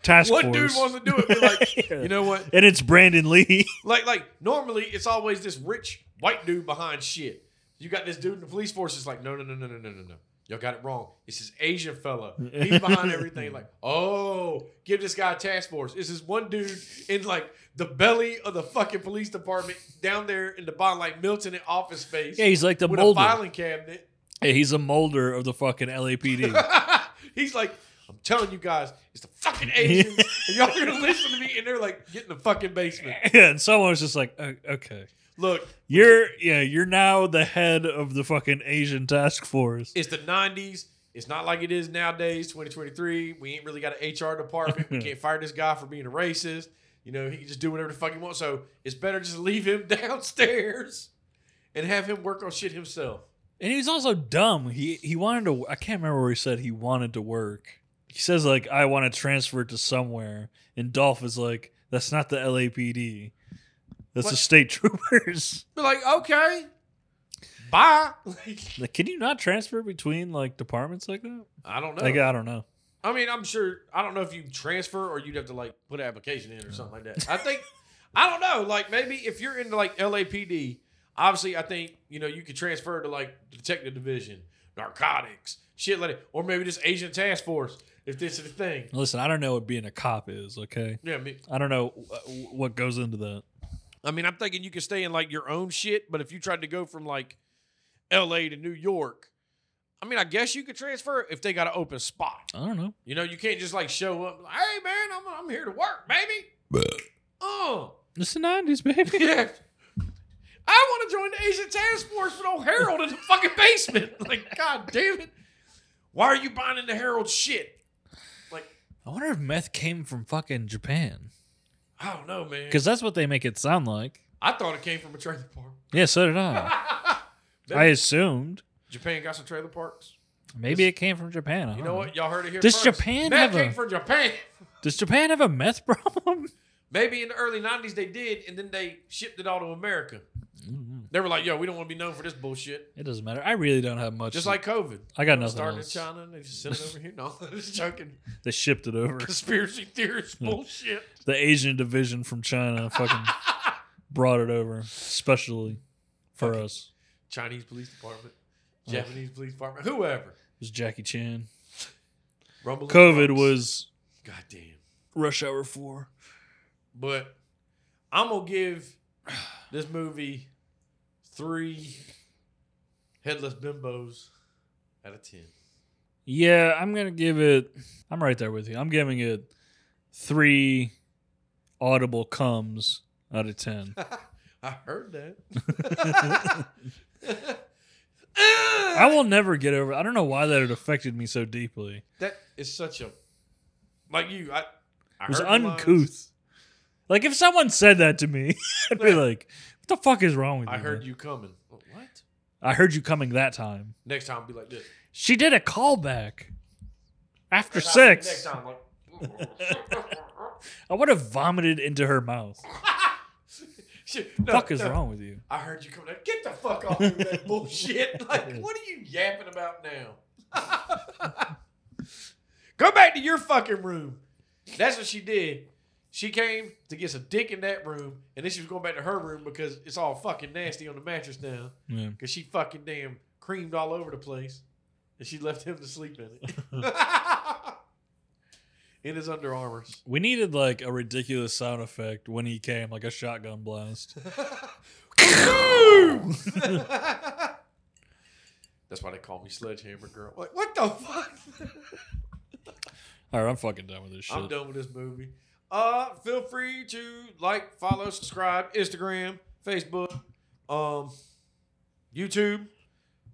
B: task
A: One
B: force.
A: dude wants to do it. Be like,
B: Yeah.
A: you know what?
B: and it's Brandon Lee.
A: Like, like normally it's always this rich white dude behind shit. You got this dude in the police force. It's like, no, no, no, no, no, no, no, no. Y'all got it wrong. It's this Asian fella. He's behind everything. Like, oh, give this guy a task force. It's this one dude in like the belly of the fucking police department down there in the bottom, like Milton in office space.
B: yeah, he's like the
A: with
B: molder.
A: a filing cabinet.
B: Yeah, he's a molder of the fucking LAPD.
A: He's like, I'm telling you guys, it's the fucking Asians. and y'all are gonna listen to me, and they're like, get in the fucking basement.
B: yeah, and someone was just like, "O- okay.
A: Look,
B: You're yeah, you're now the head of the fucking Asian task force.
A: it's the 90s. It's not like it is nowadays, 2023. We ain't really got an HR department. We can't fire this guy for being a racist. You know, he can just do whatever the fuck he wants. So it's better just leave him downstairs and have him work on shit himself.
B: And he was also dumb. He he wanted to. I can't remember where he said he wanted to work. He says like, "I want to transfer to somewhere," and Dolph is like, "That's not the LAPD. That's the
A: What?
B: state troopers."
A: Be like, okay, bye. Like,
B: Like, can you not transfer between like departments like that?
A: I don't know.
B: Like, I don't know.
A: I mean, I'm sure. I don't know if you transfer or you'd have to like put an application in or something like that. I think. I don't know. Like maybe if you're into like LAPD, obviously I think you know you could transfer to like detective division, narcotics, shit like that, or maybe just Asian task force if this is the thing.
B: Listen, I don't know what being a cop is. Okay,
A: Yeah, I mean,
B: I don't know wh- wh- what goes into that.
A: I mean, I'm thinking you could stay in like your own shit, but if you tried to go from like L.A. to New York, I mean, I guess you could transfer if they got an open spot.
B: I don't know.
A: You know, you can't just like show up. Like, hey man, I'm I'm here to work, baby. Oh.
B: It's the nineties, baby.
A: Yeah. I want to join the Asian Task Force with old Harold in the fucking basement. Like, god damn it. Why are you buying into Harold's shit? Like,
B: I wonder if meth came from fucking Japan
A: I don't know, man.
B: because that's what they make it sound like.
A: I thought it came from a trailer park.
B: Yeah, so did I. I assumed.
A: Japan got some trailer parks.
B: Maybe it came from Japan. I
A: You
B: don't
A: know what? Y'all heard it here.
B: Oh. Does
A: first.
B: Japan
A: That
B: have
A: came
B: a-
A: from Japan.
B: Does Japan have a meth problem?
A: Maybe in the early 90s they did, and then they shipped it all to America.
B: Mm-hmm.
A: They were like, yo, we don't want to be known for this bullshit.
B: It doesn't matter. I really don't have much.
A: Just like COVID.
B: I got nothing
A: Starting in
B: else.
A: China, and they just sent it over here. No, I'm just joking.
B: they shipped it over.
A: Conspiracy theorist
B: Hmm.
A: bullshit.
B: The Asian division from China fucking brought it over, specially. for
A: Fucking-
B: us.
A: Chinese police department,
B: Ugh.
A: Japanese police department, whoever.
B: It was Jackie Chan.
A: Rumble in the
B: COVID
A: Bronx.
B: was
A: goddamn.
B: Rush Hour 4.
A: But I'm gonna give this movie three headless bimbos out of ten.
B: Yeah, I'm going to give it. I'm right there with you. I'm giving it three audible comes out of 10.
A: I heard that.
B: I will never get over I don't know why that it affected me so deeply.
A: that is such a like you. I, I
B: It was
A: heard the lines.
B: uncouth. Like, if someone said that to me, I'd be like, what the fuck is wrong with you?
A: I heard
B: man?
A: you coming. What?
B: I heard you coming that time.
A: Next time, be like this.
B: She did a callback after
A: Next time- Next
B: sex.
A: time, like.
B: I would have vomited into her mouth.
A: Shit, no,
B: fuck is
A: no.
B: wrong with you?
A: I heard you coming out. Get the fuck off me with that bullshit. Like, what are you yapping about now? Go back to your fucking room. That's what she did. She came to get some dick in that room, and then she was going back to her room because it's all fucking nasty on the mattress now.
B: Yeah.
A: Because she fucking damn creamed all over the place, and she left him to sleep in it. in his Under Armours.
B: We needed like a ridiculous sound effect when he came, like a shotgun blast.
A: That's why they call me Sledgehammer Girl. Like, what the fuck?
B: All right, I'm fucking done with this shit.
A: I'm done with this movie. Uh, feel free to like, follow, subscribe, Instagram, Facebook, um, YouTube.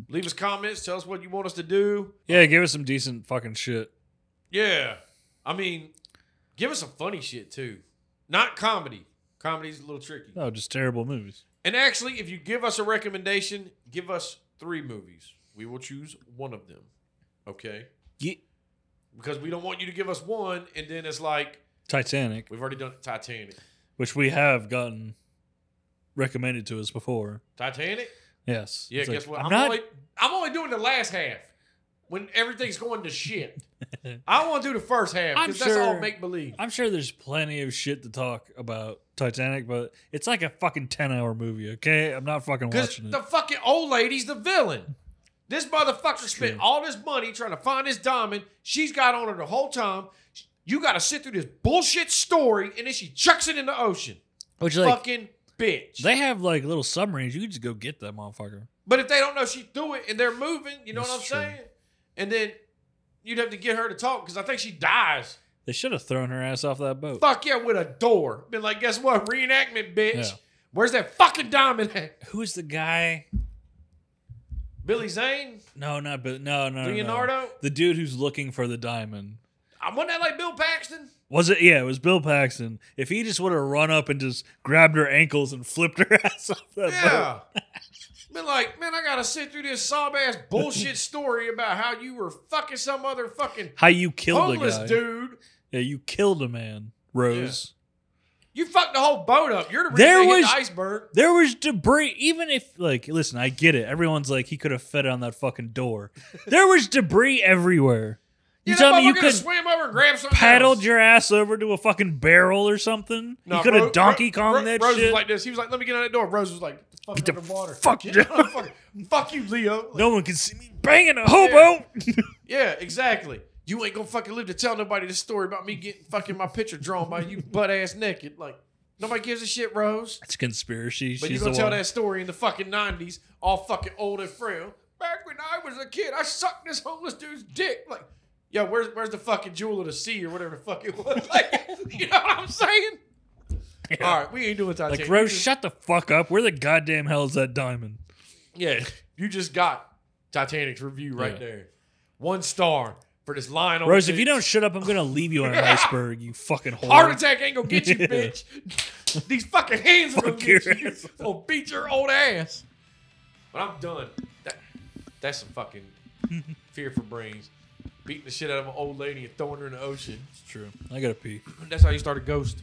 A: Leave us comments. Tell us what you want us to do.
B: Yeah, give us some decent fucking shit.
A: Yeah, I mean, give us some funny shit too. Not comedy. Comedy's a little tricky.
B: No, Oh, just terrible movies.
A: And actually, if you give us a recommendation, give us three movies. We will choose one of them. Okay?
B: Yeah.
A: Because we don't want you to give us one and then it's like,
B: Titanic,
A: we've already done Titanic.
B: which we have gotten recommended to us before.
A: Titanic?
B: Yes.
A: Yeah,
B: It's like,
A: guess what?
B: I'm,
A: I'm,
B: not.
A: only I'm only doing the last half when everything's going to shit. I want to do the first half
B: I'm
A: because that's all
B: sure-
A: make believe.
B: I'm sure there's plenty of shit to talk about Titanic, but it's like a fucking ten hour movie. Okay, I'm not fucking
A: Because
B: watching it.
A: the fucking old lady's the villain. This motherfucker spent
B: true.
A: all this money trying to find this diamond. She's got on her the whole time. You got to sit through this bullshit story, and then she chucks it in the ocean.
B: Which like
A: fucking bitch.
B: they have like little submarines. You can just go get that motherfucker.
A: but if they don't know she threw it and they're moving, you know what I'm
B: That's true.
A: saying? And then you'd have to get her to talk because I think she dies.
B: They should have thrown her ass off that boat.
A: Fuck yeah, with a door. Been like, guess what? Reenactment, bitch.
B: Yeah.
A: Where's that fucking diamond at?
B: Who is the guy?
A: Billy Zane?
B: No, not but no, no, no, no.
A: Leonardo?
B: The dude who's looking for the diamond.
A: I Wasn't that like Bill Paxton?
B: Was it? Yeah, it was Bill Paxton. If he just would have run up and just grabbed her ankles and flipped her ass off that boat.
A: Yeah. Been like, man, I gotta sit through this sob ass bullshit story about how you were fucking some other fucking
B: How you killed a
A: homeless
B: guy?
A: dude.
B: Yeah, you killed a man, Rose.
A: You fucked the whole boat up. You're the reason
B: There
A: they hit
B: was-
A: the iceberg.
B: There was debris. Even if, like, listen, I get it. Everyone's like, he could have fed on that fucking door. There was debris everywhere. You
A: Yeah, that
B: tell me
A: motherfucker
B: you
A: coulda
B: could
A: swam over and grab something.
B: paddled
A: else.
B: your ass over to a fucking barrel or something.
A: Nah,
B: you could
A: Ro-
B: have Donkey
A: Ro-
B: Kong
A: Ro-
B: that
A: Rose
B: shit.
A: was like this. He was like, "Let me get on that door." Rose was like, "The "Fuck
B: Get the
A: underwater.
B: fuck
A: Get
B: down."
A: the fuck- fuck you, Leo." Like,
B: no one can see me banging a hobo.
A: Yeah, exactly. You ain't gonna fucking live to tell nobody this story about me getting fucking my picture drawn by you butt ass naked. Like nobody gives a shit, Rose.
B: It's a conspiracy.
A: But
B: She's
A: you're gonna
B: the
A: tell
B: one.
A: that story in the fucking nineties, all fucking old and frail. Back when I was a kid, I sucked this homeless dude's dick. Like, yo, where's where's the fucking jewel of the sea or whatever the fuck it was? Like, you know what I'm saying? All right, we ain't doing Titanic.
B: like, Rose,
A: You just-
B: shut the fuck up. Where the goddamn hell is that diamond?
A: yeah, you just got Titanic's review right
B: Yeah.
A: there. One star for this line. on
B: Rose, if you
A: tits.
B: don't shut up, I'm gonna leave you on an iceberg. You fucking whore.
A: Oh, Heart attack ain't gonna get you,
B: Yeah.
A: bitch. These fucking hands are gonna
B: Fuck
A: get
B: your
A: you.
B: ass.
A: Gonna beat your old ass. But I'm done. That, that's some fucking fear for brains. Beating the shit out of an old lady and throwing her in the ocean.
B: It's true. I gotta pee.
A: That's how you start a ghost.